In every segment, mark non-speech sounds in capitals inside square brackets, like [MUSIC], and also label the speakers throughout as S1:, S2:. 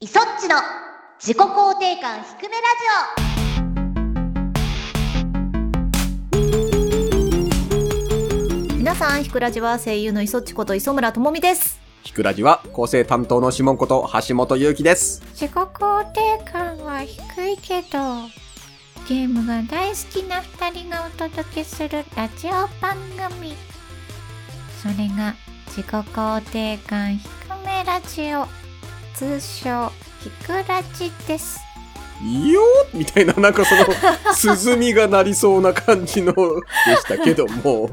S1: イソッチの自己肯定感低めラジ
S2: 皆さん、ひくらじは声優の磯っちこと磯村智美です。
S3: ひくらじは、構成担当のシモンこと橋本ゆうきです。
S4: 自己肯定感は低いけどゲームが大好きな2人がお届けするラジオ番組それが自己肯定感低めラジオ通称「ひくらじ」です
S3: いいよーみたいな、なんかそ
S2: [LAUGHS]
S3: の、鈴みが鳴りそうな感じの、でしたけども、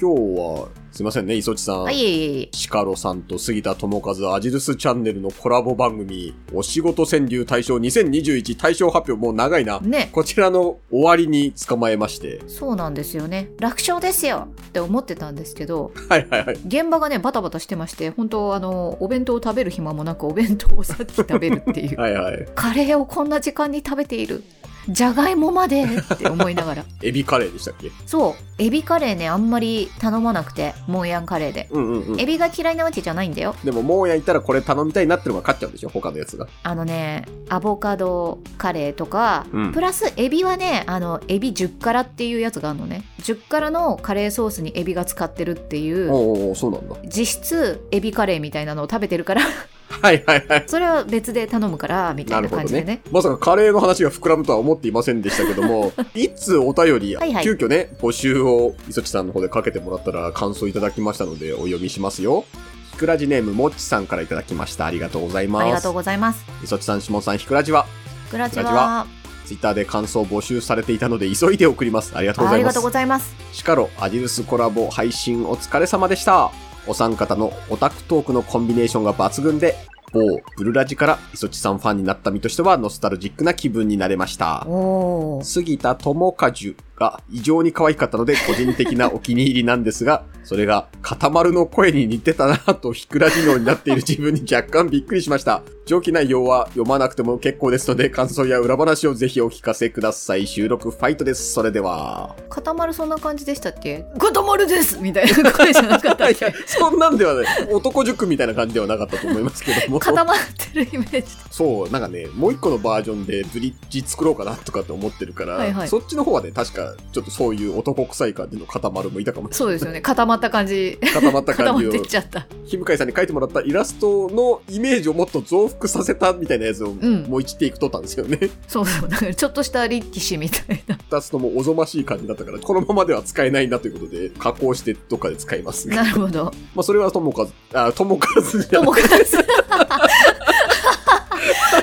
S3: 今日は、すいませんね、磯地さん。
S2: はい、いえいえいえ
S3: シカロさんと杉田智和アジルスチャンネルのコラボ番組、お仕事川柳大賞2021大賞発表、もう長いな。
S2: ね、
S3: こちらの終わりに捕まえまして。
S2: そうなんですよね。楽勝ですよって思ってたんですけど、
S3: はいはいはい。
S2: 現場がね、バタバタしてまして、本当あの、お弁当を食べる暇もなく、お弁当をさっき食べるっていう。
S3: はいはい。
S2: カレーをこんな時間に食べている。じゃがいもまでって思いながら。
S3: エビカレーでしたっけ
S2: そう、エビカレーね、あんまり頼まなくて、モンヤンカレーで。
S3: うんうんうん。
S2: エビが嫌いなわけじゃないんだよ。
S3: でも、もうやいたらこれ頼みたいなってのが勝っちゃうんでしょ他のやつが。
S2: あのねアボカドカレーとか、
S3: うん
S2: プラスエビはねあのエビ10辛っていうやつがあるのね10辛のカレーソースにエビが使ってるっていう
S3: おうおうおうそうなんだ。
S2: 実質エビカレーみたいなのを食べてるから [LAUGHS]
S3: はいはいはい。
S2: それは別で頼むからみた
S3: ないる
S2: な
S3: ほど
S2: 感じで
S3: ね
S2: ね
S3: まさかカレーの話が膨らむとは思っていませんでしたけど
S2: [LAUGHS]
S3: も、いつお便り、
S2: はいはい
S3: 急遽ね、募集を磯地さんの方でかけてもらったら感想いただきましたのでお読みしますよ。ひくらじネームもっちさんからいただきました。ありがとうござい
S2: あり
S3: ま
S2: が
S3: す
S2: とう。ございます
S3: 磯地さん、しもさん、ひくらじは、
S2: グラチ
S3: グラチ
S2: は
S3: はツイッターで感想を募集されていたので急いで送ります。ありがとうご
S2: あ
S3: ざ
S2: り
S3: いま
S2: がと
S3: す
S2: うご。ざいます
S3: シカロ、アジルスコラボ配信お疲れ様でした。お三方のオタクトークのコンビネーションが抜群で、某ブルラジから磯地さんファンになった身としてはノスタルジックな気分になれました。
S2: おー
S3: 杉田智和が異常に可愛かったので個人的なお気に入りなんですが、それが固まるの声に似てたなぁとひくらじのになっている自分に若干びっくりしました。上記内容は読まなくても結構ですので感想や裏話をぜひお聞かせください。収録ファイトです。それでは。
S2: 固まるそんな感じでしたっけ [LAUGHS] 固まるですみたいな声じゃなかったっ
S3: いや
S2: け
S3: そんなんではない。男塾みたいな感じではなかったと思いますけども。
S2: 固まってるイメージ
S3: そう、なんかね、もう一個のバージョンでブリッジ作ろうかなとかって思ってるから、
S2: はいはい
S3: そっちの方はね、確かちょっとそういう男臭い感じの固まるもいたかもし
S2: そうですよね固まった感じ
S3: れない。固まっ
S2: [LAUGHS]
S3: た
S2: 固
S3: 感
S2: ま
S3: じ
S2: っ
S3: を
S2: て、きちゃった
S3: ひむかいさんに書いてもらったイラストのイメージをもっと増幅させたみたいなやつを、
S2: ん
S3: もう一テイク取ったんですよね。
S2: そうそう、だからちょっとした力士みたい [LAUGHS] な。
S3: 二つともおぞましい感じだったから、このままでは使えないんだということで、加工してどっかで使いますが。
S2: なるほど。
S3: まあ、それはともかず、あ、ともかずじゃ
S2: と
S3: ない
S2: もかず。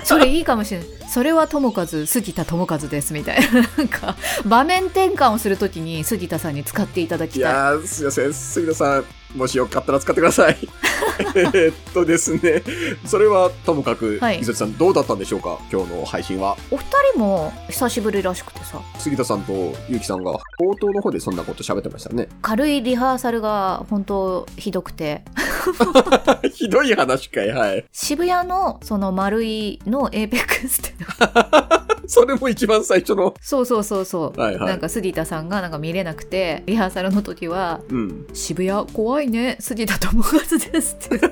S2: それいいかもしれない。それはともかず、杉田ともかずですみたいな。なんか、場面転換をするときに杉田さんに使っていただ
S3: い
S2: きたい。
S3: やー、すいません。杉田さん、もしよかったら使ってくだ [LAUGHS] さい。えーっとですね、それはともかく、
S2: はい
S3: 伊勢さん、どうだったんでしょうか今日の配信は。
S2: お二人も久しぶりらしくてさ、
S3: 杉田さんとゆうきさんが、冒頭の方でそんなこと喋ってましたね。
S2: 軽いリハーサルが本当ひどくて、
S3: [LAUGHS] ひどい話かい、はい。
S2: 渋谷のその丸いのエーペックスっていうの
S3: それも一番最初の。
S2: そうそうそうそう。
S3: はいはい
S2: なんか杉田さんがなんか見れなくて、リハーサルの時は、
S3: うん。
S2: 渋谷怖いね杉田智和です
S3: [LAUGHS]
S2: って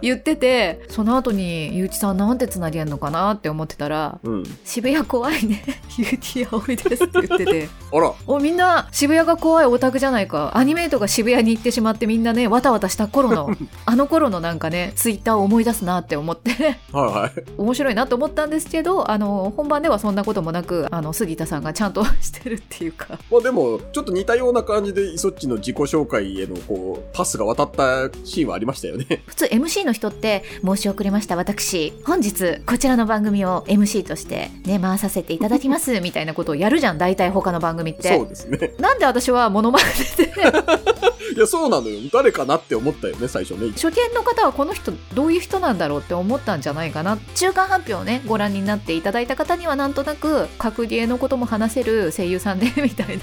S2: 言っててその後に結城さんなんてつなげんのかなって思ってたら
S3: うん。
S2: 渋谷怖いね UT 葵ですって言って
S3: [LAUGHS]
S2: て
S3: あら、
S2: おみんな渋谷が怖いオタクじゃないかアニメートが渋谷に行ってしまってみんなねわたわたした頃
S3: [LAUGHS]
S2: のあの頃のなんかねツイッターを思い出すなって思って
S3: はいはい。
S2: 面白いなと思ったんですけどあの本番ではそんなこともなくあの杉田さんがちゃんとしてるっていうか
S3: まあでも、ちょっと似たような感じで、イソッチの自己紹介への、こう、パスが渡ったシーンはありましたよね。
S2: [LAUGHS] 普通 MC の人って申し遅れました私本日こちらの番組を MC としてね回させていただきます [LAUGHS] みたいなことをやるじゃん大体他の番組っ
S3: そ
S2: て
S3: うですね。
S2: なんで私はモノマネで
S3: いや、そうなのよ。誰かなって思ったよね、最初ね。
S2: [LAUGHS] 初見の方はこの人どういう人なんだろうって思ったんじゃないかな中間発表をねご覧になっていただいた方にはなんとなく格ゲーのことも話せる声優さんで [LAUGHS] みたいない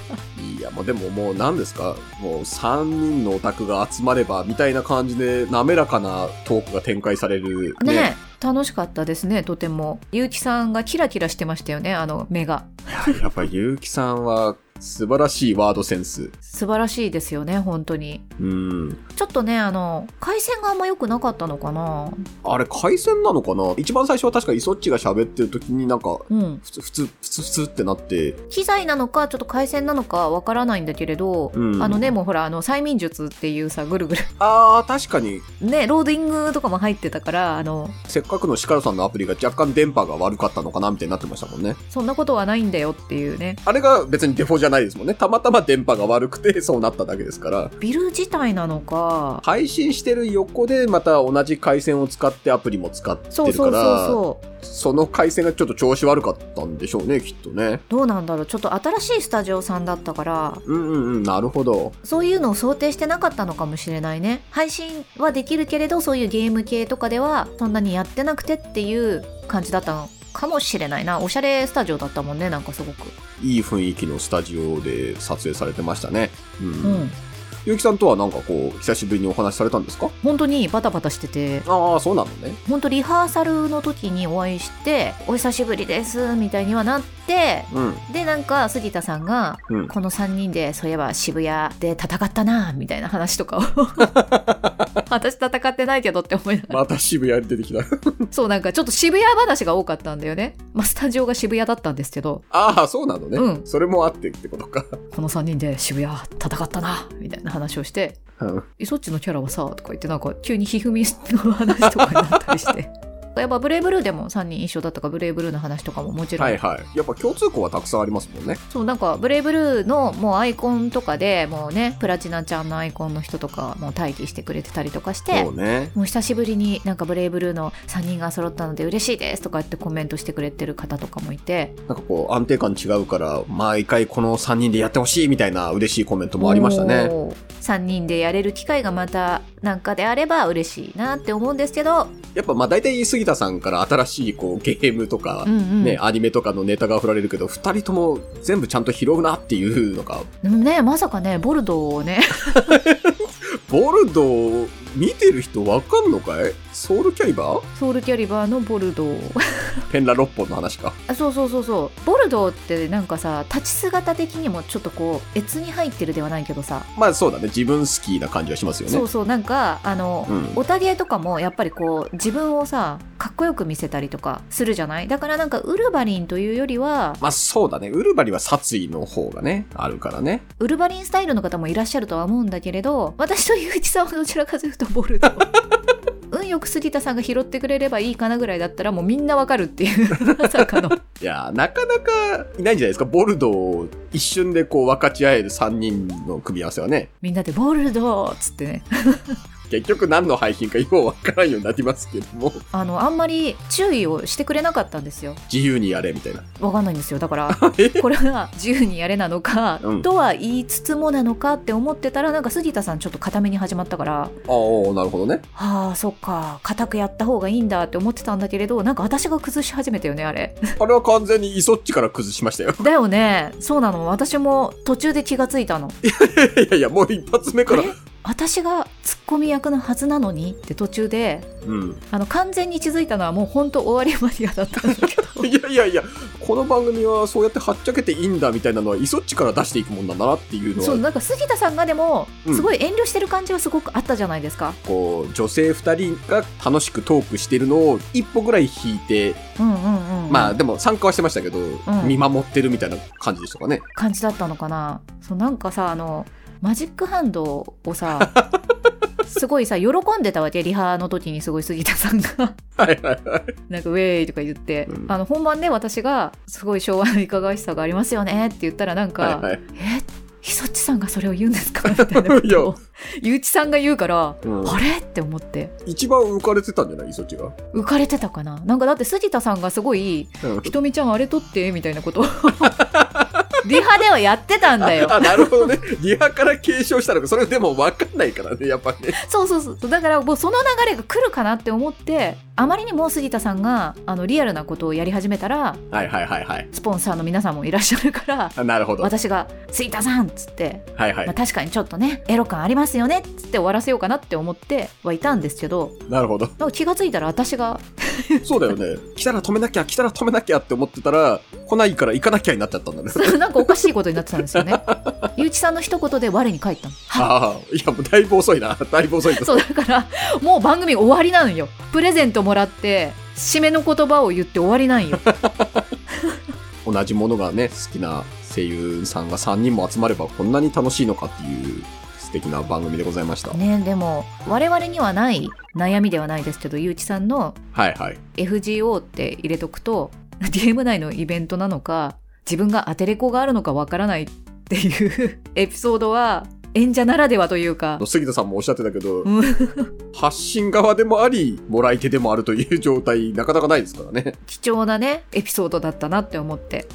S3: や、もうでももう何ですかもう3人のオタクが集まれば、みたいな感じで滑らかなトークが展開される。
S2: ね楽しかったですねとても結城さんがキラキラしてましたよねあの目が
S3: いややっぱり結城さんは素晴らしいワードセンス。
S2: 素晴らしいですよね本当に
S3: うん。
S2: ちょっとねあの回線があんま良くなかったのかな
S3: あれ、回線なのかな一番最初は確かイソッチが喋ってる時になんか、
S2: うん
S3: 普通、普通、普通、普通ってなって、
S2: 機材なのかちょっと回線なのかわからないんだけれど、
S3: うん
S2: あのねもうほらあの催眠術っていうさぐるぐ [LAUGHS] る
S3: あー、確かに、
S2: ねローディングとかも入ってたからあの
S3: せっかくのシカルさんのアプリが若干電波が悪かったのかなみたいになってましたもんね。
S2: そんなことはないんだよっていうね
S3: あれが別にデフォじゃないですもんね。たまたま電波が悪くてそうなっただけですから。
S2: ビル自体なのか
S3: 配信してる横でまた同じ回線を使ってアプリも使ってるから、
S2: そうそうそうそう
S3: その回線がちょっと調子悪かったんでしょうね、きっとね。
S2: どうなんだろうちょっと新しいスタジオさんだったから
S3: うんうんうん、なるほど。
S2: そういうのを想定してなかったのかもしれないね配信はできるけれどそういうゲーム系とかではそんなにやってなくてっていう感じだったのかもしれないなおしゃれスタジオだったもんねなんかすごく
S3: いい雰囲気のスタジオで撮影されてましたね。うん。
S2: うん
S3: ゆうきさんとはなんかこう、久しぶりにお話しされたんですか
S2: 本当にバタバタしてて
S3: ああ、そうなのね。
S2: 本当リハーサルの時にお会いして「お久しぶりです」みたいにはなって
S3: うん。
S2: でなんか杉田さんが
S3: うん
S2: この3人でそういえば渋谷で戦ったなみたいな話とかを私戦ってないけどって思いながら
S3: また渋谷に出てきた。 [LAUGHS]
S2: そうなんかちょっと渋谷話が多かったんだよね、まあ、スタジオが渋谷だったんですけど
S3: ああ、そうなのね。
S2: うん
S3: それもあってってことか。
S2: この3人で渋谷戦ったなみたいな話をして
S3: うん
S2: 「イソッチのキャラはさ」とか言ってなんか急にひふみの話とかになったりして [LAUGHS] やっぱブレイブルーでも3人一緒だったからブレイブルーの話とかももちろん、
S3: はいはい。やっぱ共通項はたくさんありますもんね。
S2: そうなんかブレイブルーのもうアイコンとかでもうねプラチナちゃんのアイコンの人とかもう待機してくれてたりとかして
S3: そうね。
S2: もう久しぶりになんかブレイブルーの3人が揃ったので嬉しいですとかってコメントしてくれてる方とかもいて
S3: なんかこう、安定感違うから、毎回この3人でやってほしいみたいな嬉しいコメントもありましたね。
S2: おー。3人でやれる機会がまたなんかであれば嬉しいなって思うんですけど、
S3: やっぱまあ大体杉田さんから新しいこう、ゲームとか、
S2: うんうん
S3: ね、アニメとかのネタが振られるけど、二人とも全部ちゃんと拾うなっていうのが、
S2: でもねまさかねボルドーを
S3: [LAUGHS]
S2: ね
S3: ボルドー見てる人わかんのかいソウルキャリバー
S2: ソウルキャリバーのボルドーを
S3: ペンラ6本の話か。
S2: あそうそうそうそうボルドーってなんかさ立ち姿的にもちょっとこう越に入ってるではないけどさ、
S3: まあそうだね、自分好きな感じはしますよね。
S2: そうそうなんかあの、
S3: うん
S2: おたげとかもやっぱりこう自分をさかっこよく見せたりとかするじゃないだからなんかウルバリンというよりは
S3: まあそうだね、ウルバリは殺意の方がね、あるからね。
S2: ウルバリンスタイルの方もいらっしゃるとは思うんだけれど私とゆういちさんはどちらかというとボルド
S3: [LAUGHS]
S2: ー運よく杉田さんが拾ってくれればいいかなぐらいだったらもうみんなわかるっていうまさかの
S3: いやー、なかなかいないんじゃないですか、ボルドーを一瞬でこう分かち合える3人の組み合わせはね。
S2: みんなで「ボルドー」っつってね
S3: 結局何の配信かようわからんようになりますけども、
S2: あのあんまり注意をしてくれなかったんですよ
S3: 自由にやれみたいな。
S2: わかんないんですよだから
S3: え
S2: これが自由にやれなのか、
S3: うん
S2: とは言いつつもなのかって思ってたらなんか杉田さんちょっと固めに始まったから
S3: ああ、なるほどね。
S2: あーそっか固くやった方がいいんだって思ってたんだけれどなんか私が崩し始めたよねあれ
S3: あれは完全にイソッチから崩しましたよ。 [LAUGHS]
S2: だよねそうなの私も途中で気がついたの
S3: いやいや、もう一発目
S2: あ
S3: から
S2: れ。私がツッコミ役のはずなのにって途中で
S3: うん。
S2: あの完全に気づいたのはもう本当終わり間際だったんだけど
S3: いやいやいや、この番組はそうやってはっちゃけていいんだみたいなのは、イソッチから出していくもんなんだなっていうの
S2: そう
S3: は、
S2: なんか杉田さんがでも
S3: うん
S2: すごい遠慮してる感じはすごくあったじゃないですか、
S3: こう、女性二人が楽しくトークしてるのを一歩ぐらい引いて、
S2: うん、うんうん、
S3: まあでも参加はしてましたけど、
S2: ん
S3: 見守ってるみたいな感じでしたかね。
S2: 感じだったのかなそうなんかさあのマジックハンドを
S3: [LAUGHS]
S2: さすごいさ喜んでたわけリハの時にすごい杉田さんが
S3: はいはいはい。
S2: なんか「ウェーイ!」とか言って、
S3: うん
S2: あの本番で私が「すごい昭和のいかがわしさがありますよね」って言ったらなんか「
S3: はいはい。
S2: えひそっちさんがそれを言うんですか?」みた
S3: [LAUGHS]
S2: いなことをゆうちさんが言うから「
S3: うん
S2: あれ?」って思って
S3: 一番浮かれてたんじゃないイソッチが。
S2: 浮かれてたかななんかだって杉田さんがすごい
S3: うん
S2: 「ひとみちゃんあれ撮って」みたいな
S3: [LAUGHS]
S2: ことをリハではやってたんだよ
S3: あ、なるほどね。リハから継承したのか、それでも分かんないからね、やっぱね。
S2: そうそうそうだからもうその流れが来るかなって思ってあまりにも杉田さんがあのリアルなことをやり始めたら
S3: はいはいはいはい。
S2: スポンサーの皆さんもいらっしゃるから
S3: あなるほど。はい
S2: 私が「杉田さん!」っつって、
S3: は
S2: まあ、
S3: い。
S2: 確かにちょっとねエロ感ありますよねっつって終わらせようかなって思ってはいたんですけど
S3: なるほど。
S2: なんか気がついたら私が [LAUGHS]
S3: そうだよね。来たら止めなきゃ、来たら止めなきゃって思ってたら、来ないから行かなきゃになっちゃったんだね。
S2: なんかおかしいことになってたんです [LAUGHS] よね。ゆうちさんの一言で我に返ったの。
S3: ああ、いや、もうだいぶ遅いな。だいぶ遅いです。
S2: そうだからもう番組終わりなのよプレゼントもらって締めの言葉を言って終わりなんよ
S3: 同じものがね、好きな声優さんが3人も集まればこんなに楽しいのかっていう素敵な番組でございました。
S2: ねでも我々にはない悩みではないですけどゆうちさんの
S3: はいはい。
S2: FGO って入れとくとゲーム内のイベントなのか自分がアテレコがあるのかわからないっていうエピソードは演者ならではというか
S3: あの杉田さんもおっしゃってたけど
S2: う、
S3: 発信側でもあり、もらい手でもあるという状態、なかなかないですからね。
S2: 貴重なねエピソードだったなって思って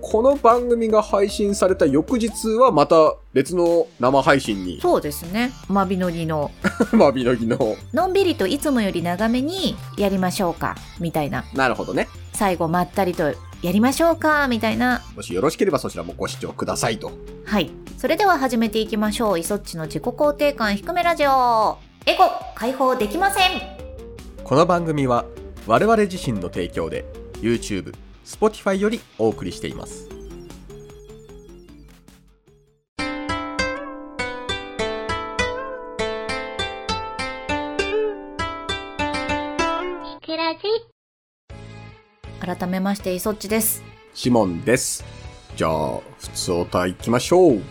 S3: この番組が配信された翌日はまた別の生配信に、 [LAUGHS]
S2: そうですねマビノギの
S3: まびのぎの。
S2: のんびりといつもより長めにやりましょうかみたいな
S3: なるほどね。
S2: 最後まったりとやりましょうかみたいな
S3: もしよろしければそちらもご視聴くださいと。
S2: はいそれでは始めていきましょうイソッチの自己肯定感低めラジオエゴ解放できません
S3: この番組は我々自身の提供で YouTube、Spotify よりお送りしています。
S1: ひくらじ。
S2: 改めましてイソッチです
S3: シモンです。じゃあ、普通おた行きましょう。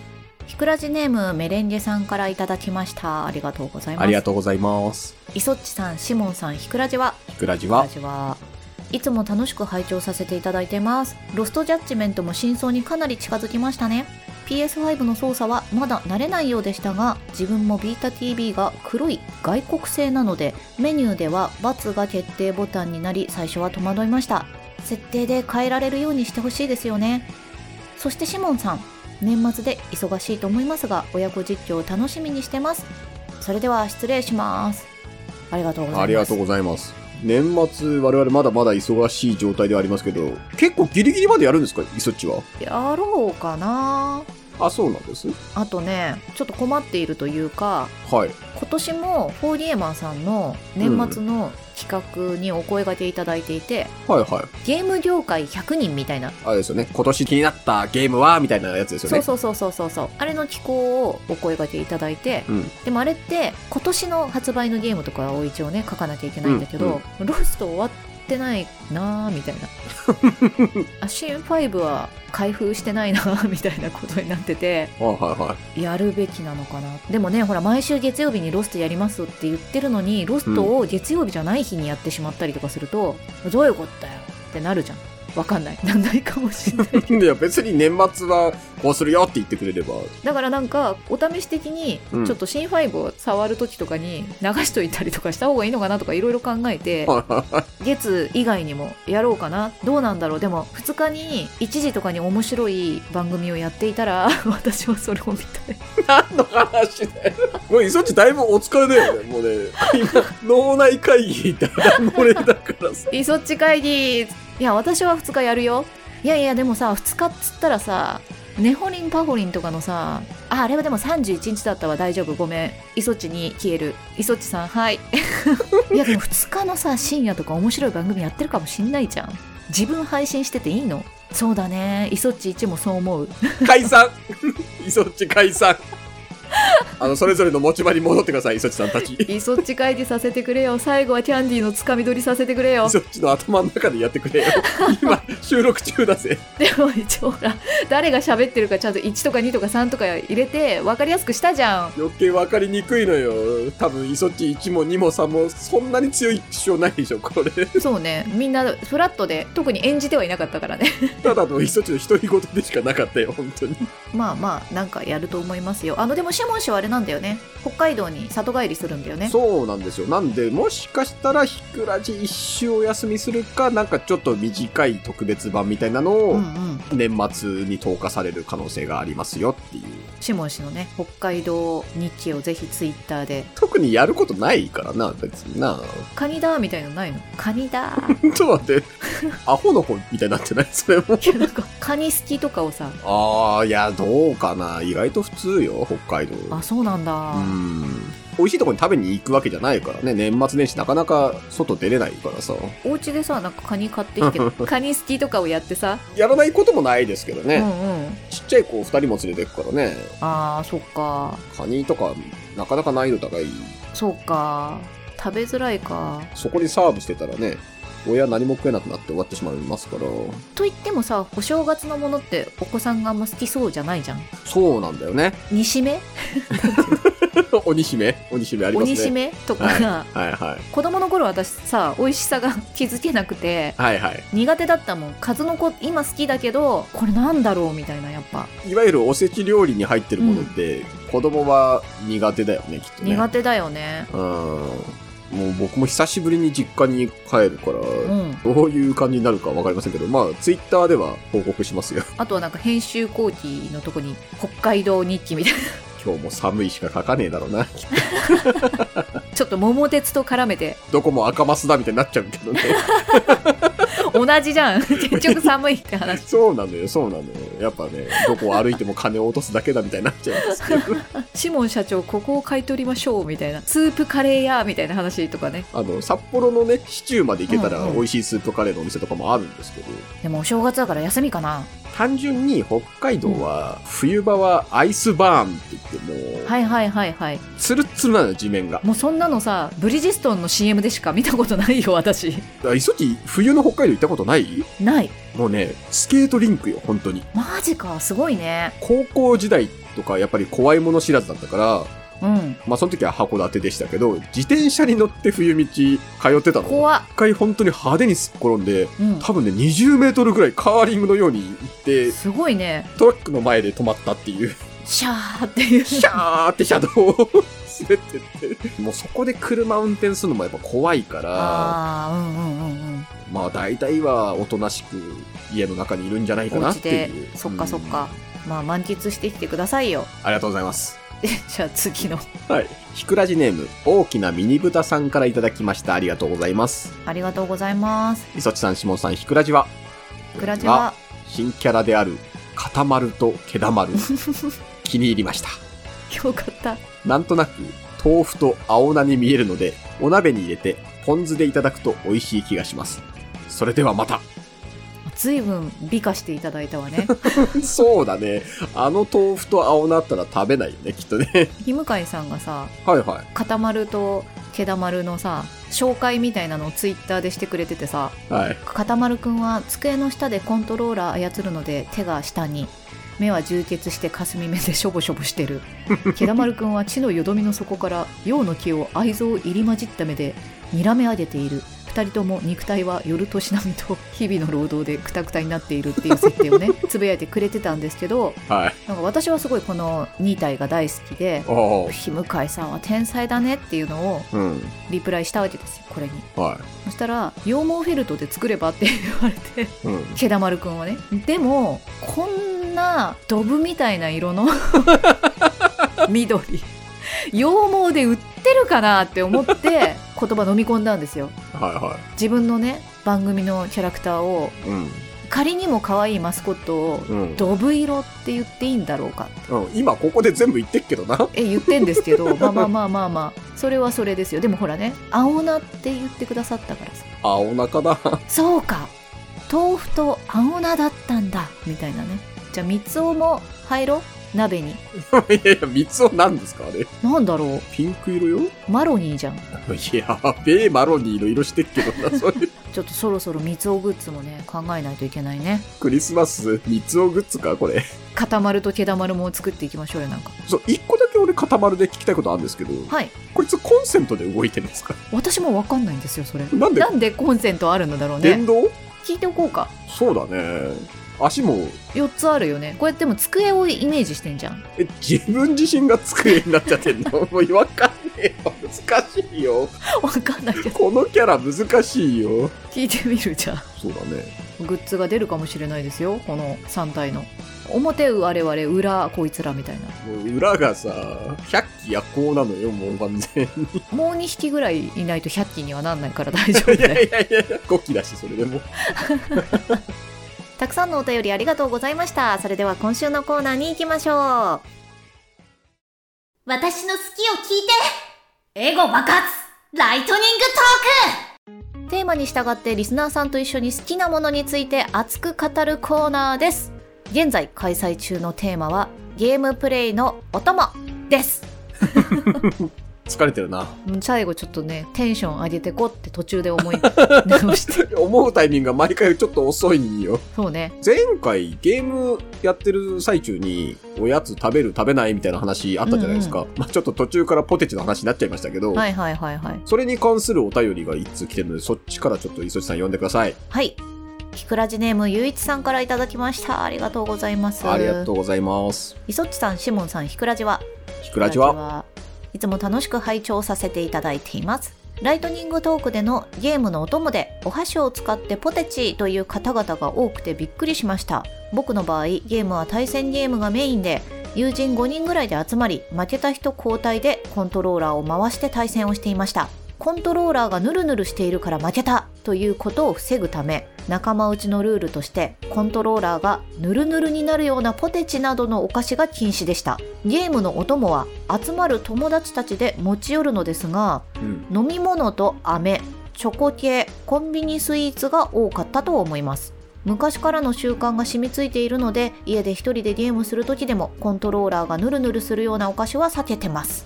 S2: ひくらじネームメレンゲさんからいただきましたありがとうございます
S3: ありがとうございます。
S2: イソッチさんシモンさんひくらじは
S3: ひくらじ
S2: ラ
S3: は、
S2: ジはいつも楽しく拝聴させていただいてますロストジャッジメントも真相にかなり近づきましたね PS5 の操作はまだ慣れないようでしたが自分もビータ TV が黒い外国製なのでメニューでは×が決定ボタンになり最初は戸惑いました設定で変えられるようにしてほしいですよねそしてシモンさん年末で忙しいと思いますが親子実況を楽しみにしてますそれでは失礼しますありがとうございます
S3: ありがとうございます。年末、我々まだまだ忙しい状態ではありますけど、結構ギリギリまでやるんですかイソッチは。
S2: やろうかな
S3: あ、そうなんです。
S2: あとねちょっと困っているというか
S3: はい。
S2: 今年もフォーリエマンさんの年末の企画にお声がけいただいていて、
S3: はいはい。
S2: ゲーム業界100人みたいな、
S3: あれですよね。今年気になったゲームはみたいなやつですよ
S2: そう
S3: ね。
S2: そうそうそうそうそうあれの機構をお声がけいただいて
S3: うん。
S2: でもあれって今年の発売のゲームとかを一応ね書かなきゃいけないんだけど、ロスト終わってないなーみ [LAUGHS] たいなあシーン5は開封してないなーみたいなことになってて
S3: はいはいはい。
S2: やるべきなのかなでもねほら毎週月曜日にロストやりますって言ってるのにロストを月曜日じゃない日にやってしまったりとかすると、どういうことだよってなるじゃんわかんないなんないかも
S3: [LAUGHS]
S2: しれない
S3: いや別に年末はこうするよって言ってく
S2: [LAUGHS]
S3: れれば
S2: だからなんかお試し的に
S3: うん
S2: ちょっと新5を触る時とかに流しといたりとかした方がいいのかなとかいろいろ考えて月以外にもやろうかなどうなんだろうでも2日に1時とかに面白い番組をやっていたら [LAUGHS] 私はそれを見たい
S3: 何の話でもういそっちだいぶお疲れだよねもうね今脳内会議だだ漏れだから
S2: [LAUGHS]
S3: さ
S2: いそっち会議いや私は2日やるよいやいやでもさ2日っつったらさネホリンパホリンとかのさああれはでも31日だったわ大丈夫ごめんいそっちに消えるいそっちさん [LAUGHS] はいいやでも2日のさ深夜とか面白い番組やってるかもしんないじゃん自分配信してていいのそうだねいそっち1もそう思う
S3: 解散いそっち解散あのそれぞれの持ち場に戻ってくださいいそっちさんたちい
S2: いそっち会議させてくれよ最後はキャンディーのつかみ取りさせてくれよ
S3: そっちの頭の中でやってくれよ今収録中だぜ
S2: [LAUGHS] でも一応ほら誰が喋ってるかちゃんと1とか2とか3とか入れて分かりやすくしたじゃん
S3: 余計分かりにくいのよ多分いそっち1も2も3もそんなに強い主張ないでしょこれ
S2: そうねみんなフラットで特に演じてはいなかったからね [LAUGHS]
S3: ただのいそっちの独り言でしかなかったよ本当に
S2: まあまあなんかやると思いますよあのでもシモン氏はあれなんだよね北海道に里帰りするんだよね
S3: そうなんですよ。なんで、もしかしたら、ひくらじ一周お休みするか、なんかちょっと短い特別版みたいなの
S2: うんう
S3: を、
S2: ん
S3: 年末に投下される可能性がありますよっていう。
S2: シモン氏のね北海道日記をぜひツイッターで
S3: 特にやることないからな、別にな。
S2: 「カニだ」みたいなの [LAUGHS] ないのカニだー
S3: ちょっと待って、アホの方みたいになってないそれも。
S2: いやなんかカニ好きとかをさ
S3: あー、いや、どうかな。意外と普通よ、北海道。
S2: あそうなんだ、
S3: うん。美味しいとこに食べに行くわけじゃないからね。年末年始なかなか外出れないからさ。
S2: お家でさなんかカニ買 [LAUGHS] ってきてカニすきとかをやってさ、
S3: やらないこともないですけどね。
S2: うんうん
S3: ちっちゃい子二人も連れてくからね。
S2: あーそっか
S3: カニとか、なかなか難易度高い。
S2: そうか食べづらいか
S3: そこにサーブしてたらね、親何も食えなくなって終わってしまいますから。
S2: と言ってもさお正月のものってお子さんがあんま好きそうじゃないじゃん
S3: そうなんだよね。 [LAUGHS]
S2: 煮しめ
S3: 鬼姫鬼姫あり
S2: お
S3: ますね。
S2: 煮しめとか、
S3: はいはい。
S2: 子供の頃私さ美味しさが [LAUGHS] 気づけなくて
S3: はいはい。
S2: 苦手だったもん数の子今好きだけどこれなんだろうみたいなやっぱ
S3: いわゆるおせち料理に入ってるものって、子供は苦手だよね、きっとね。
S2: 苦手だよね
S3: うん。もう僕も久しぶりに実家に帰るから、
S2: うん
S3: どういう感じになるかわかりませんけど、まあ、ツイッターでは報告しますよ。 [LAUGHS]
S2: あとはなんか編集後期のとこに北海道日記みたいな [LAUGHS]
S3: 今日も寒いしか書かねえだろうな。 [LAUGHS]
S2: ちょっと桃鉄と絡めて
S3: どこも赤マスだみたいになっちゃうけどね。 [LAUGHS]
S2: 同じじゃん結局寒いって話
S3: そうなのよ、そうなのよ。やっぱね、どこを歩いても金を落とすだけだみたいになっちゃうんですけど。 [LAUGHS]
S2: シモン社長ここを買い取りましょうみたいなスープカレー屋みたいな話とかね
S3: あの、札幌のね、市中まで行け
S2: う
S3: た
S2: ん
S3: ら
S2: うん
S3: 美味しいスープカレーのお店とかもあるんですけど、
S2: でもお正月だから休みかな
S3: 単純に北海道は、冬場はアイスバーンって言ってもう、
S2: はいはいはいはい
S3: ツルッツルなのよ、地面が。
S2: もうそんなのさブリヂストンの CM でしか見たことないよ [LAUGHS] 私
S3: あ、磯地、冬の北海道行ったことない
S2: ない
S3: もうね、スケートリンクよ、本当に。
S2: マジかすごいね
S3: 高校時代とか、やっぱり怖いもの知らずだったから、
S2: うん
S3: まあその時は函館でしたけど、自転車に乗って冬道通ってたの。
S2: 怖っ
S3: 一回本当に派手にすっ転んで、
S2: うん
S3: 多分ね、20メートルぐらいカーリングのように行って、
S2: すごいね
S3: トラックの前で止まったっ
S2: [LAUGHS]
S3: ていう、
S2: シャーっていう
S3: シャーって車道を [LAUGHS] 滑ってって、もうそこで車運転するのもやっぱ怖いから、
S2: [LAUGHS] ああうんうんうんうん
S3: まあ大体はおとなしく家の中にいるんじゃないか
S2: お
S3: なっ
S2: 家
S3: て
S2: で
S3: いう。
S2: そっかそっ
S3: うん
S2: かまあ満喫してきてください [LAUGHS] よ
S3: ありがとうございます。
S2: じゃあ次の
S3: はい。ひくらじネーム、大きなミニブタさんからいただきました。ありがとうございます。
S2: ありがとうございます
S3: 磯地さん、下さん、ひくらじは
S2: グラジは
S3: 新キャラである、固まると毛だまる。気に入りました。
S2: [LAUGHS] よか [LAUGHS] った
S3: なんとなく、豆腐と青菜に見えるので、お鍋に入れて、ポン酢でいただくと美味しい気がします。それではまた。
S2: ずいぶん美化していただいたわ [LAUGHS] ね
S3: [LAUGHS] そうだね。あの豆腐と青菜あったら食べないよね、きっとね。
S2: 日向井さんがさ
S3: はいはい。
S2: 固まると毛だまるのさ紹介みたいなのをツイッターでしてくれててさ
S3: はい。
S2: 固まるくんは机の下でコントローラー操るので手が下に目は充血して霞目でしょぼしょぼしてる毛だまるくんは血のよどみの底から陽の気を愛憎入り混じった目で睨め上げている二人とも肉体は夜年並みと日々の労働でくたくたになっているっていう設定をねつぶやいてくれてたんですけど
S3: はい。
S2: なんか私はすごいこの2体が大好きで
S3: おー
S2: 日向井さんは天才だねっていうのを
S3: うん。
S2: リプライしたわけですよこれに
S3: は
S2: そしたら羊毛フェルトで作ればって言われて [LAUGHS]
S3: い。うん。
S2: 毛だまるくんはねでもこんなドブみたいな色の [LAUGHS] 緑羊毛で売ってるかなって思って言葉飲み込んだんですよ
S3: はいは
S2: 自分のね番組のキャラクターを
S3: い。うん。
S2: 仮にも可愛いマスコットを
S3: うん。
S2: ドブ色って言っていいんだろうか
S3: うん、今ここで全部言ってっけどな。 [LAUGHS]
S2: え言ってんですけど [LAUGHS] まあまあまあまあまあそれはそれですよでもほらね青菜って言ってくださったからさ
S3: あ、お腹だ。 [LAUGHS]
S2: そうか豆腐と青菜だったんだみたいなねじゃあ三つおも入ろう鍋に
S3: いやいや、三つを何ですかあれ。
S2: なんだろ
S3: ピンク色よいう
S2: マロニーじゃん
S3: やべえマロニーの色してっけどな、そ [LAUGHS] れ。
S2: ちょっとそろそろ三つおグッズもね考えないといけないね
S3: クリスマス三つおグッズかこれ。
S2: 固まると毛玉るも作っていきましょうよなんか
S3: そう、一個だけ俺固まるで聞きたいことあるんですけど、
S2: はい
S3: こいつコンセントで動いてるんですか
S2: 私もわかんないんですよそれ
S3: なんで
S2: なんでコンセントあるのだろう
S3: 電
S2: ね
S3: 動
S2: 聞いておこうか
S3: そうだね。足も、
S2: 4つあるよねこれでも机をイメージしてんじゃん
S3: え、自分自身が机になっちゃってんの [LAUGHS] もうわかんねえよ。難しいよ。
S2: [LAUGHS] わかんないけど
S3: このキャラ難しいよ。
S2: 聞いてみるじゃん
S3: そうだね。
S2: グッズが出るかもしれないですよこの3体の表我々裏こいつらみたいな
S3: もう裏がさ、百鬼夜行なのよ、もう完
S2: [LAUGHS]
S3: 全に。
S2: もう2匹ぐらいいないと100機にはなんないから大丈夫
S3: いや
S2: だよ
S3: いやいやいや、5期だし、それでも。
S2: たくさんのお便りありがとうございましたそれでは今週のコーナーに行きましょう
S1: 私の好きを聞いてエゴ爆発ライトニング
S2: テーマに従ってリスナーさんと一緒に好きなものについて熱く語るコーナーです現在開催中のテーマはゲームプレイのお供です
S3: 疲れてるな。
S2: うん最後ちょっとねテンション上げてこって途中で思い直
S3: [LAUGHS]
S2: して
S3: 思うタイミングが毎回ちょっと遅いんよ。
S2: そうね
S3: 前回ゲームやってる最中におやつ食べる食べないみたいな話あったじゃないですか。まあちょっと途中からポテチの話になっちゃいましたけど、
S2: はいはいはいはい
S3: それに関するお便りが一通来てるので、そっちからちょっと磯地さん呼んでください。
S2: はいひくらじネームゆういちさんからいただきましたありがとうございます
S3: ありがとうございます。
S2: いそっちさんしもんさんひくらじは
S3: ひくらじは、
S2: いつも楽しく拝聴させていただいていますライトニングトークでのゲームのお供でお箸を使ってポテチという方々が多くてびっくりしました僕の場合ゲームは対戦ゲームがメインで友人5人ぐらいで集まり負けた人交代でコントローラーを回して対戦をしていましたコントローラーがヌルヌルしているから負けたということを防ぐため仲間内のルールとしてコントローラーがヌルヌルになるようなポテチなどのお菓子が禁止でしたゲームのお供は集まる友達たちで持ち寄るのですが
S3: うん、
S2: 飲み物と飴チョコ系コンビニスイーツが多かったと思います昔からの習慣が染みついているので家で一人でゲームする時でもコントローラーがヌルヌルするようなお菓子は避けてます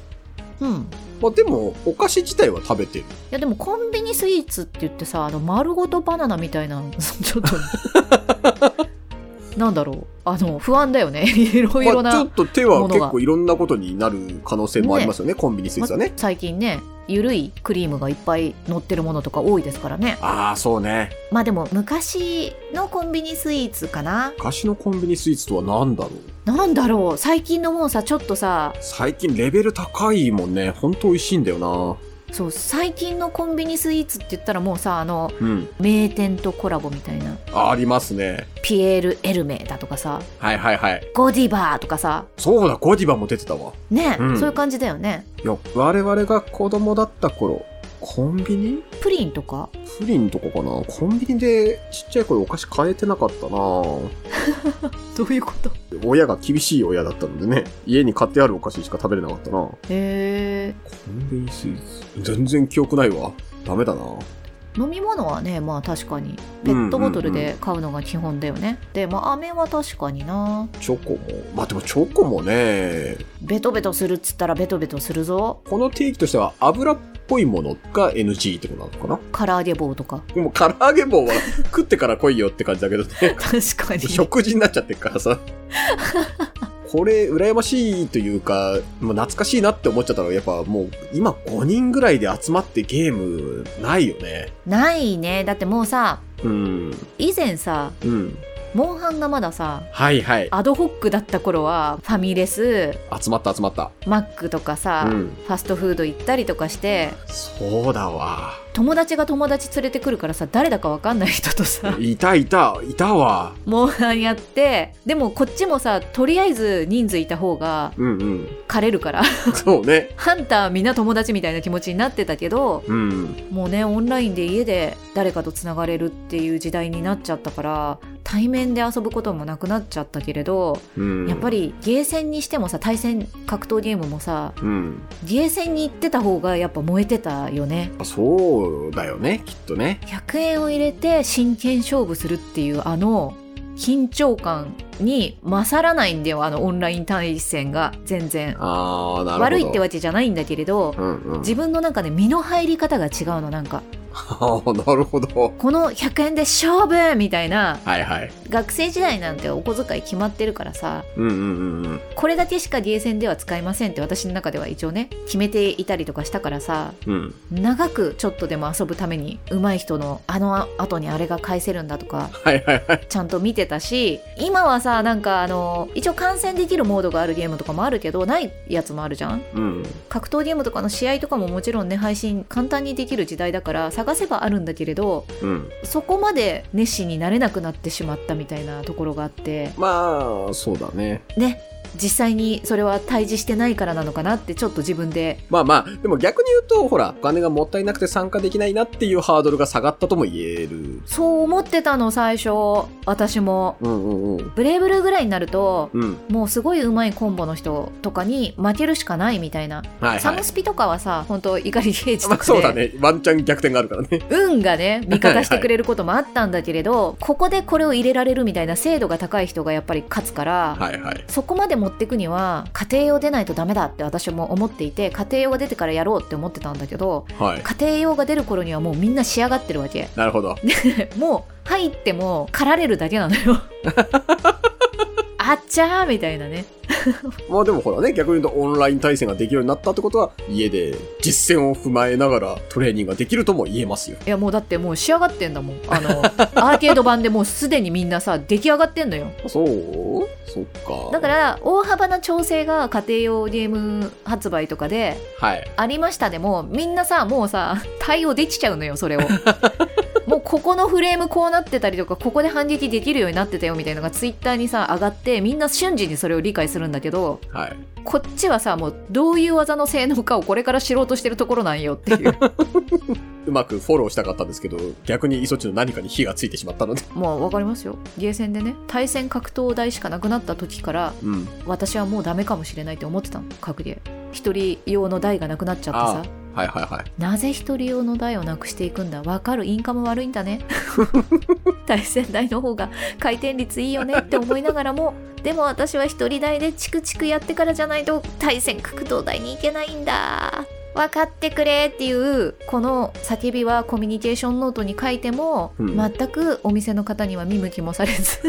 S2: うん
S3: まあでも、お菓子自体は食べて
S2: い
S3: る。
S2: やでもコンビニスイーツって言ってさあの丸ごとバナナみたいな [LAUGHS] ちょっとなんだろうあの不安だよね [LAUGHS] いろいろ
S3: まあ、
S2: な、
S3: ちょっと手は
S2: もの
S3: 結
S2: が
S3: 構いろんなことになる可能性もありますよね、コンビニスイーツはね
S2: ま。最近ねゆるいクリームがいっぱい乗ってるものとか多いですからね
S3: ああ、そうね。
S2: まあでも昔のコンビニスイーツかな
S3: 昔のコンビニスイーツとは何だろう
S2: なんだろう最近のもんさちょっとさ
S3: 最近レベル高いもんね。ほんと美味しいんだよ
S2: そう最近のコンビニスイーツって言ったらもうさあの
S3: な。うん。
S2: 名店とコラボみたいな
S3: あありますね。
S2: ピエール・エルメだとかさ
S3: はいはいはい。
S2: ゴディバーとかさ
S3: そうだ、ゴディバも出てたわ。
S2: ね、
S3: うん
S2: そういう感じだよね
S3: いや、我々が子供だった頃、コンビニ
S2: プリンとか
S3: プリンとかかなコンビニでちっちゃい頃お菓子買えてなかったな
S2: どういうこと
S3: 親が厳しい親だったのでね、家に買ってあるお菓子しか食べれなかったなコ
S2: へえ
S3: ンビニスイーツ全然記憶ないわ。ダメだな
S2: 飲み物はねまあ確かにペットボトルで買うのが基本だよね、でまあ飴は確かにな
S3: チョコも。まあでもチョコもね、
S2: ベトベトするっつったらベトベトするぞ
S3: この定義としては油っぽいものが NG ってことなのかな
S2: 唐揚げ棒とか
S3: でもう唐揚げ棒は食ってから来いよって感じだけどね。
S2: [LAUGHS] 確かに
S3: 食事になっちゃってるからさ。これ、羨ましいというか、もう懐かしいなって思っちゃったら、やっぱもう、今5人ぐらいで集まってゲーム、ないよね。
S2: ないねだってもうさ
S3: うん。
S2: 以前さ
S3: うん。
S2: モンハンがまださ
S3: はいはい。
S2: アドホックだった頃はファミレス
S3: 集まった集まった。
S2: マックとかさ、
S3: うん。
S2: ファストフード行ったりとかして
S3: そうだわ。
S2: 友達が友達連れてくるからさ誰だか分かんない人とさ
S3: いたいた、いたわ。
S2: モンハンやってでもこっちもさとりあえず人数いた方が
S3: うんうん。
S2: 枯れるから
S3: そうね。
S2: ハンターみんな友達みたいな気持ちになってたけど
S3: うん。
S2: もうねオンラインで家で誰かとつながれるっていう時代になっちゃったから対面で遊ぶこともなくなっちゃったけれど
S3: うん。
S2: やっぱ。りゲーセンにしてもさ対戦格闘ゲームもさ
S3: うん。
S2: ゲーセンに行ってた方がやっぱ燃えてたよね
S3: そうだよね、きっとね。
S2: 100円を入れて真剣勝負するっていうあの緊張感に勝らないんだよあのオンライン対戦が全然
S3: ああ、なるほど。
S2: 悪いってわけじゃないんだけれど
S3: うんうん。
S2: 自分のなんかね身の入り方が違うのなんか
S3: [LAUGHS] ああ、なるほど。
S2: この100円で勝負みたいな
S3: はいはい。
S2: 学生時代なんてお小遣い決まってるからさ
S3: うんうんうんうん。
S2: これだけしかゲーセンでは使えませんって私の中では一応ね決めていたりとかしたからさ
S3: うん。
S2: 長くちょっとでも遊ぶために上手い人のあの後にあれが返せるんだとか
S3: はいはいはい。
S2: ちゃんと見てたし今はさなんかあの一応観戦できるモードがあるゲームとかもあるけどないやつもあるじゃん
S3: うん。
S2: 格闘ゲームとかの試合とかももちろんね配信簡単にできる時代だから探せばあるんだけれど
S3: うん。
S2: そこまで熱心になれなくなってしまったみたいなところがあって
S3: まあ、そうだね。
S2: ね実際にそれは対峙してないからなのかなってちょっと自分で
S3: まあまあ、でも逆に言うと、ほら、お金がもったいなくて参加できないなっていうハードルが下がったとも言える。
S2: そう思ってたの最初私も
S3: うんうんうん。
S2: ブレイブルーぐらいになると
S3: うん。
S2: もうすごいうまいコンボの人とかに負けるしかないみたいな、
S3: はい
S2: サ
S3: は
S2: ム
S3: い。
S2: スピとかはさ本当怒り刑事と
S3: まあ、
S2: か
S3: [LAUGHS] そうだ
S2: で、
S3: ね。ワンチャン逆転があるからね。
S2: 運がね味方してくれることもあったんだけれど、ここでこれを入れられるみたいな精度が高い人がやっぱり勝つから、
S3: はいはい。
S2: そこまで持ってくには家庭用出ないとダメだって私も思っていて家庭用が出てからやろうって思ってたんだけど
S3: はい。
S2: 家庭用が出る頃にはもうみんな仕上がってるわけ [LAUGHS]
S3: なるほど。
S2: もう入っても狩られるだけなのよあっちゃーみたいなね
S3: まあでもほらね、逆に言うとオンライン対戦ができるようになったってことは、家で実践を踏まえながらトレーニングができるとも言えますよ。
S2: いやもうだってもう仕上がってんだもんあのアーケード版でもうすでにみんなさ出来上がってんのよ
S3: そうそっか。
S2: だか、ら大幅な調整が家庭用ゲーム発売とかで
S3: はい。
S2: ありましたでもみんなさもうさ [LAUGHS] 対応できちゃうのよそれをもうここのフレームこうなってたりとかここで反撃できるようになってたよみたいなのがツイッターにさ上がってみんな瞬時にそれを理解するんだけど
S3: はい。
S2: こっちはさもうどういう技の性能かをこれから知ろうとしてるところなんよっていう [LAUGHS]
S3: うまくフォローしたかったんですけど、逆にイソチの何かに火がついてしまったの
S2: [LAUGHS]
S3: で。
S2: もうわかりますよゲーセンでね対戦格闘台しかなくなった時から
S3: うん。
S2: 私はもうダメかもしれないって思ってたの格ゲー一人用の台がなくなっちゃってさ
S3: あはいはいはい。
S2: なぜ一人用の台をなくしていくんだわかるインカム悪いんだね [LAUGHS] 対戦台の方が回転率いいよねって思いながらもでも私は一人台でチクチクやってからじゃないと対戦格闘台に行けないんだ分かってくれっていうこの叫びはコミュニケーションノートに書いても、
S3: うん
S2: 全くお店の方には見向きもされ
S3: [LAUGHS]
S2: ず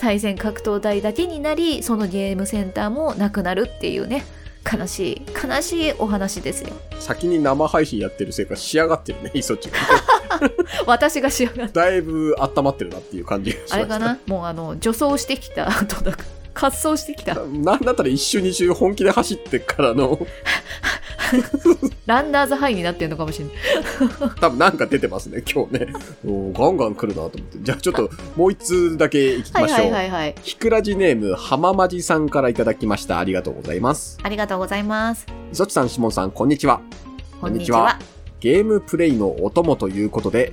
S2: 対戦格闘台だけになりそのゲームセンターもなくなるっていうね悲しい悲しいお話ですよ
S3: 先に生配信やってるせいか仕上がってるね、イ [LAUGHS] ソチが。
S2: 私が仕上がった
S3: だいぶ温まってるなっていう感じがしました。
S2: あれかなもうあの女装してきた [LAUGHS] 後だから滑走してきた
S3: なんだったら一周二周本気で走ってか
S2: [LAUGHS]
S3: らの、
S2: ランナーズハイになってるのかもしれない
S3: 多分なんか出てますね、今日ね。おーガンガン来るなと思って。じゃあちょっともう一通だけ行き
S2: は
S3: ま
S2: い
S3: しょう。
S2: はいはいはい
S3: ひくらじネーム、浜まじさんからいただきました。ありがとうございます。
S2: ありがとうございます
S3: 磯地さん、しもんさん、こんにちは。
S2: こんにちは
S3: ゲームプレイのお供ということで、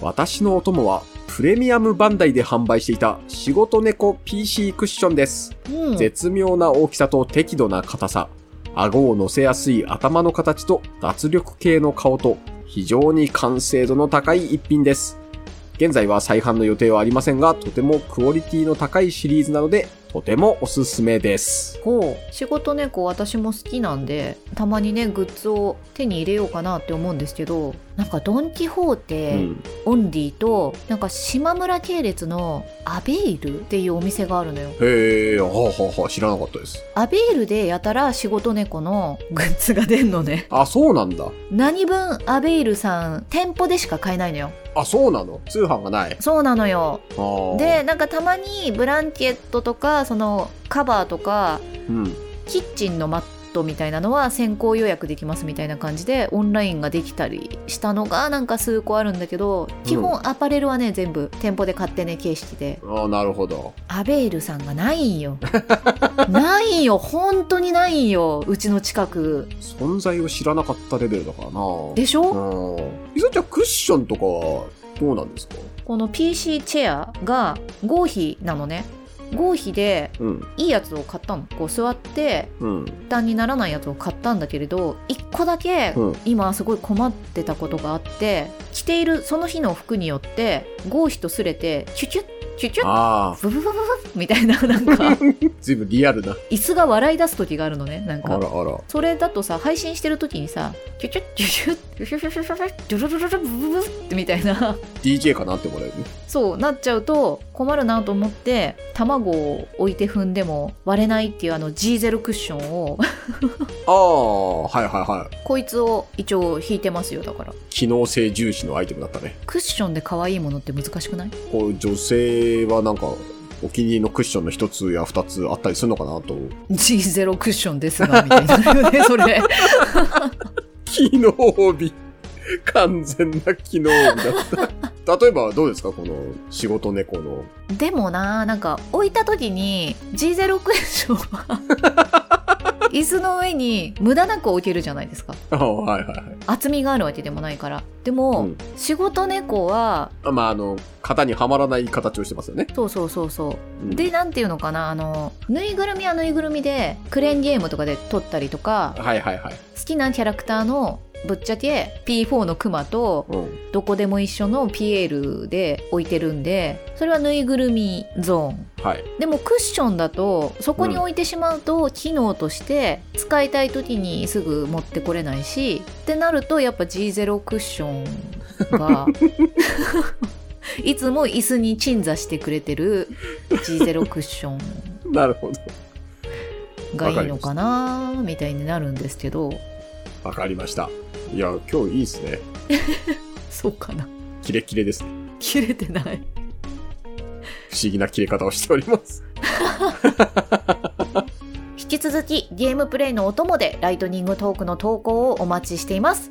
S3: 私のお供は、プレミアムバンダイで販売していた仕事猫 PC クッションです。
S2: うん
S3: 絶妙な大きさと適度な硬さ、顎を乗せやすい頭の形と脱力系の顔と、非常に完成度の高い一品です。現在は再販の予定はありませんが、とてもクオリティの高いシリーズなので、とてもおすすめです。
S2: こう仕事猫私も好きなんでたまにねグッズを手に入れようかなって思うんですけどなんかドン・キホー
S3: う
S2: テ、
S3: ん。
S2: オンリーとなんか島村系列のアベイルっていうお店があるのよ
S3: へえ、はあはあはあ、知らなかったです。
S2: アベイルでやたら仕事猫のグッズが出んのね
S3: あ、そうなんだ。
S2: 何分アベイルさん店舗でしか買えないのよ
S3: あ、そうなの通販がない。
S2: そうなのよ
S3: あー、
S2: でなんかたまにブランケットとかそのカバーとか
S3: うん。
S2: キッチンのマットみたいなのは先行予約できますみたいな感じでオンラインができたりしたのがなんか数個あるんだけど基本アパレルはね全部店舗で買ってね形式で
S3: ああ、なるほど。
S2: アベイルさんがないん
S3: [LAUGHS]
S2: よないんよ本当にないんようちの近く
S3: 存在を知らなかったレベルだからな。
S2: でしょ、
S3: うん。いそちゃん、クッションとかはどうなんですか
S2: この PC チェアが合皮なのね合皮で
S3: うん。
S2: いいやつを買ったのこう座って
S3: うん。
S2: 負担にならないやつを買ったんだけれど1個だけ
S3: うん
S2: 今すごい困ってたことがあって着ているその日の服によって合皮とすれてキュキュッキュキュッ
S3: あ
S2: ブブブブブみたいななんか
S3: あ、ずいぶんリアルな。
S2: 椅子が笑い出す時があるのねなん
S3: あ
S2: から
S3: あら。
S2: それだとさ配信してる時にさキュキュッキュキュッキュキュキュキュキュキュルルルルブブブってみたいな
S3: DJ かなってもらえるね。
S2: そうなっちゃうと困るなと思って卵を置いて踏んでも割れないっていうあの G ゼロクッションを
S3: ああ、はいはいはい。
S2: こいつを一応引いてますよだから。
S3: 機能性重視のアイテムだったね。
S2: クッションで可愛いものって難しくない
S3: こう、女性はなんか、お気に入りのクッションの一つや二つあったりするのかなと。
S2: ?G0 クッションですが、みたいな [LAUGHS] よね、それ。
S3: 機能美。完全な機能美だった。 [LAUGHS] 例えばどうですかこの仕事猫の。
S2: でもななんか置いた時に G0 クエスチョンは椅子の上に無駄なく置けるじゃないですか
S3: ああはいはいはい
S2: 厚みがあるわけでもないからでも、
S3: うん
S2: 仕事猫は
S3: あ。まああの、型にはまらない形をしてますよね。
S2: そうそうそうそう
S3: うん
S2: で、なんていうのかなあのぬいぐるみはぬいぐるみでクレーンゲームとかで撮ったりとか
S3: はいはいはい。
S2: 好きなキャラクターのぶっちゃけ P4 のクマと
S3: うん。
S2: どこでも一緒のピエールで置いてるんでそれはぬいぐるみゾーン
S3: はい。
S2: でもクッションだとそこに置いてしまうと機能として使いたい時にすぐ持ってこれないしってなるとやっぱ G0 クッションが [LAUGHS] いつも椅子に鎮座してくれてる G0 クッション
S3: なるほど。
S2: がいいのかなみたいになるんですけど
S3: わかりました。いや、今日いいですね。
S2: そうかな
S3: キレッキレですね。
S2: 切れてない
S3: 不思議な切れ方をしております。
S2: 引き続きゲームプレイのお供でライトニングトークの投稿をお待ちしています。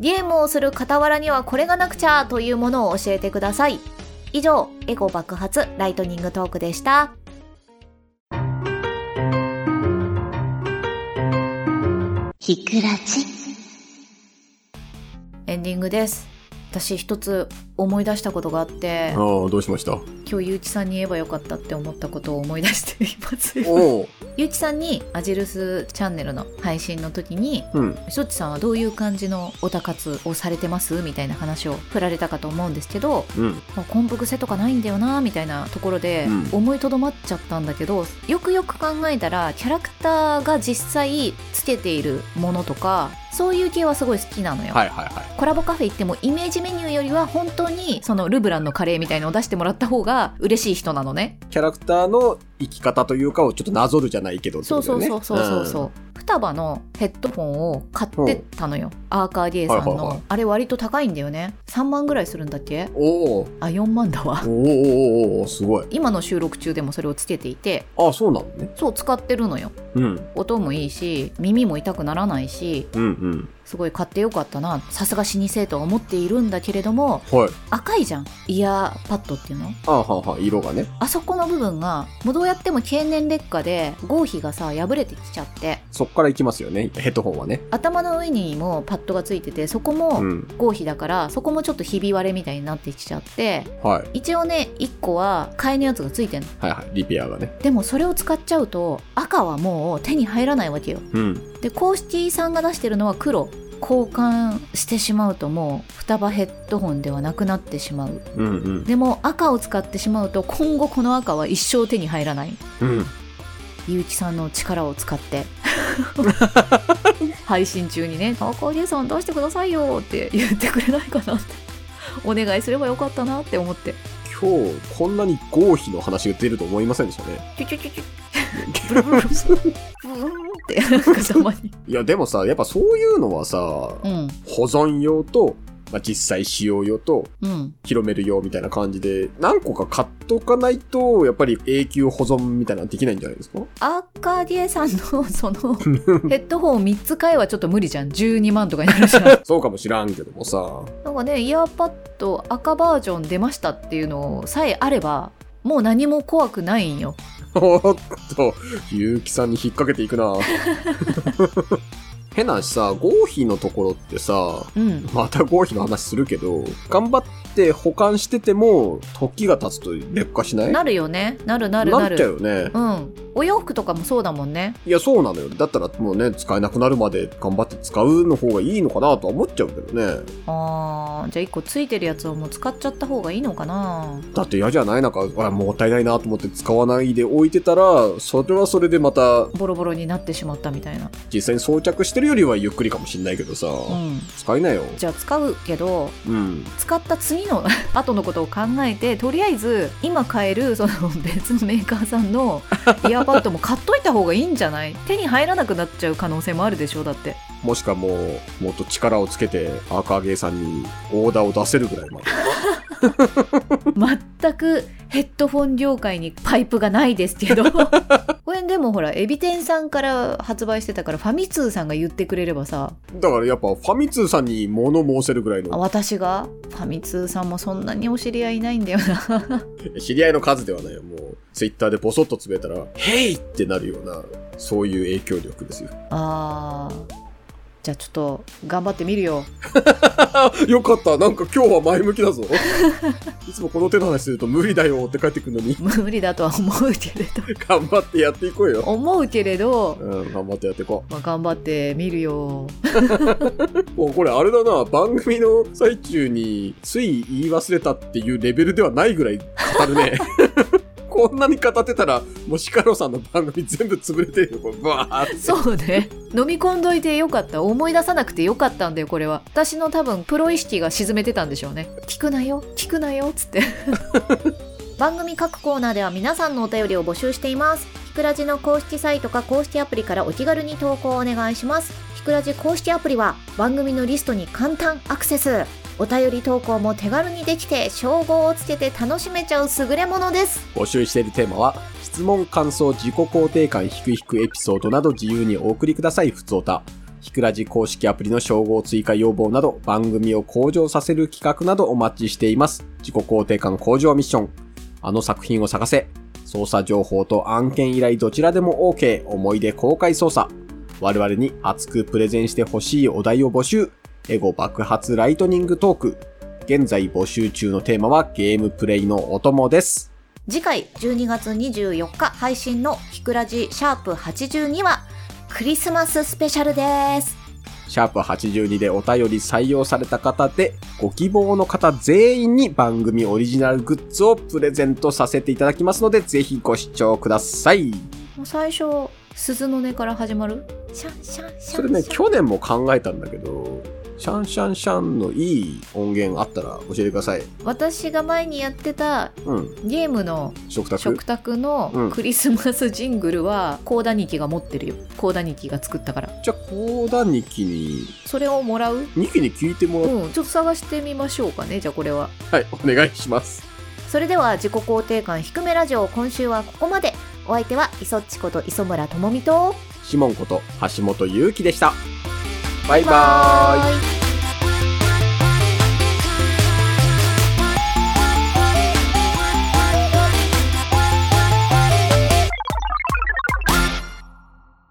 S2: ゲームをする傍らにはこれがなくちゃというものを教えてください。以上、エゴ爆発ライトニングトークでした。
S1: ひくらじ。
S2: エンディングです。私一つ思い出したことがあって
S3: ああ、、どうしました
S2: 今日ゆうちさんに言えばよかったって思ったことを思い出しています。
S3: おお。
S2: ゆうちさんにアジルスチャンネルの配信の時に、
S3: うん。
S2: しょっちさんはどういう感じのオタ活をされてますみたいな話を振られたかと思うんですけど、
S3: うん。
S2: まあ、コンプ癖とかないんだよなみたいなところで
S3: うん
S2: 思いとどまっちゃったんだけど、よくよく考えたらキャラクターが実際つけているものとかそういう系はすごい好きなのよ。
S3: はいはいはい。
S2: コラボカフェ行ってもイメージメニューよりは本当にそのルブランのカレーみたいのを出してもらった方が嬉しい人なのね。
S3: キャラクターの生き方というかをちょっとなぞるじゃないけどって
S2: そ
S3: こ
S2: うそ
S3: と
S2: う
S3: だよね、
S2: そうそうそうそう、双葉のヘッドフォンを買ってったのよ、アーカーゲーさんの、
S3: はいはいはい
S2: あれ割と高いんだよね3万ぐらいするんだっけ
S3: うんおー
S2: あ4万だわ
S3: おーおーおーおーすごい。
S2: 今の収録中でもそれをつけていて
S3: あ、そうなのね。
S2: そう使ってるのよ
S3: うん。
S2: 音もいいし耳も痛くならないし
S3: うんうん。
S2: すごい買ってよかったなさすが老舗とは思っているんだけれども
S3: はい。
S2: 赤いじゃんイヤーパッドっていうの
S3: あはんはん色がね。
S2: あそこの部分がもうどうやっても経年劣化で合皮がさ破れてきちゃって
S3: そっから行きますよね。ヘッドホンはね。
S2: 頭の上にもパッドがついててそこも
S3: うん。
S2: 合皮だからそこもちょっとひび割れみたいになってきちゃって
S3: はい。
S2: 一応ね1個は替えのやつがついてんの
S3: はいはい。リペアがね。
S2: でもそれを使っちゃうと赤はもう手に入らないわけよ
S3: うん。
S2: で公式さんが出してるのは黒交換してしまうともう双葉ヘッドホンではなくなってしまう
S3: うんうん。
S2: でも赤を使ってしまうと今後この赤は一生手に入らない
S3: うん。
S2: 結城さんの力を使って配信中にね「投稿リエさん出してくださいよ」って言ってくれないかなってお願いすればよかったなって思って
S3: 今日、こんなに合否の話が出ると思いませんでした [LAUGHS] ね。
S2: キュキュキュキュブーンってなんかたまに
S3: いや、でもさ、やっぱそういうのはさ、
S2: うん
S3: 保存用と、まあ、実際使用用と、
S2: うん
S3: 広めるよみたいな感じで、何個か買っとかないと、やっぱり永久保存みたいなのできないんじゃないですか
S2: アーカーディエさんのそのヘッドホン3つ買えはちょっと無理じゃん12万とかになるじゃん
S3: そうかもしらんけどもさ。
S2: なんかねイヤーパッド赤バージョン出ましたっていうのさえあればもう何も怖くないんよ
S3: おっと、ゆうきさんに引っ掛けていく
S2: [LAUGHS]
S3: な変な話さ、合否のところってさ、
S2: うん
S3: また合否の話するけど、頑張って保管してても、時が経つと劣化しない
S2: なるよねなるなるなる
S3: っちゃうよね。
S2: うんお洋服とかもそうだもんね
S3: いや、そうなのよ。だったらもうね、使えなくなるまで頑張って使うの方がいいのかなとは思っちゃうけどね。
S2: あーじゃあ1個ついてるやつをもう使っちゃった方がいいのかな
S3: だって嫌じゃないなんか、あもったいないなと思って使わないで置いてたら、それはそれでまた、
S2: ボロボロになってしまったみたいな
S3: 実際に装着してるよりはゆっくりかもしんないけどさ、
S2: うん
S3: 使えないよ。
S2: じゃあ使うけど
S3: うん。
S2: 使った次の [LAUGHS] 後のことを考えてとりあえず今買えるその [LAUGHS] 別のメーカーさんのイヤーパッドも買っといた方がいいんじゃない手に入らなくなっちゃう可能性もあるでしょだって
S3: もしかもう、もっと力をつけて、アーカーゲーさんにオーダーを出せるぐらいまで。
S2: 全くヘッドフォン業界にパイプがないですけどこれでもほらエビ天さんから発売してたからファミ通さんが言ってくれればさ
S3: だからやっぱファミ通さんに物申せるぐらい
S2: あ
S3: の
S2: 私がファミ通さんもそんなにお知り合いいないんだよな
S3: 知り合いの数ではないよもうツイッターでボソッとつぶやいたら「ヘイ!」ってなるようなそういう影響力ですよ
S2: あーじゃあちょっと頑張ってみるよ
S3: よかったなんか今日は前向きだぞいつもこの手の話すると無理だよって帰ってくるのに
S2: 無理だとは思うけれど
S3: 頑張ってやっていこうよ、
S2: 思うけれど、
S3: うん、頑張ってやっていこう
S2: まあ、頑張ってみるよ
S3: もうこれあれだな、番組の最中につい言い忘れたっていうレベルではないぐらい語るね。こんなに語ってたら、もしかろさんの番組全部潰れてるよ、これバーって。
S2: そうね飲み込んどいてよかった思い出さなくてよかったんだよこれは私の多分プロ意識が沈めてたんでしょうね聞くなよ聞くなよっつって番組各コーナーでは皆さんのお便りを募集していますひくらじの公式サイトか公式アプリからお気軽に投稿をお願いしますひくらじ公式アプリは番組のリストに簡単アクセスお便り投稿も手軽にできて称号をつけて楽しめちゃう優れものです
S3: 募集しているテーマは、質問、感想、自己肯定感、ひくひくエピソードなど自由にお送りください、ふつおた。ひくらじ公式アプリの称号追加要望など、番組を向上させる企画などお待ちしています。自己肯定感向上ミッション。あの作品を探せ。捜査情報と案件依頼どちらでも OK。思い出公開捜査。我々に熱くプレゼンしてほしいお題を募集。エゴ爆発ライトニングトーク。現在募集中のテーマはゲームプレイのお供です。
S2: 次回12月24日配信のひくらじシャープ82はクリスマススペシャルです。
S3: シャープ82でお便り採用された方で、ご希望の方全員に番組オリジナルグッズをプレゼントさせていただきますので、ぜひご視聴ください。
S2: もう最初、鈴の音から始まるシャンシャンシャン。
S3: それね、去年も考えたんだけど、シャンシャンシャンのいい音源あったら教えてください。
S2: 私が前にやってた
S3: うん、
S2: ゲームの
S3: 食卓。
S2: 食卓のクリスマスジングルは、コーダニキが持ってるよ。コーダニキが作ったから。
S3: じゃあ、コーダニキに、
S2: それをもらう
S3: ニキに聞いても
S2: う
S3: らっ
S2: ん、ちょっと探してみましょうかね、じゃあこれは。
S3: はい、お願いします。
S2: それでは自己肯定感低めラジオ、今週はここまで。お相手は、磯っちこと磯村智美と、
S3: シモンこと橋本祐希でした。バイバーイ。
S2: ーイ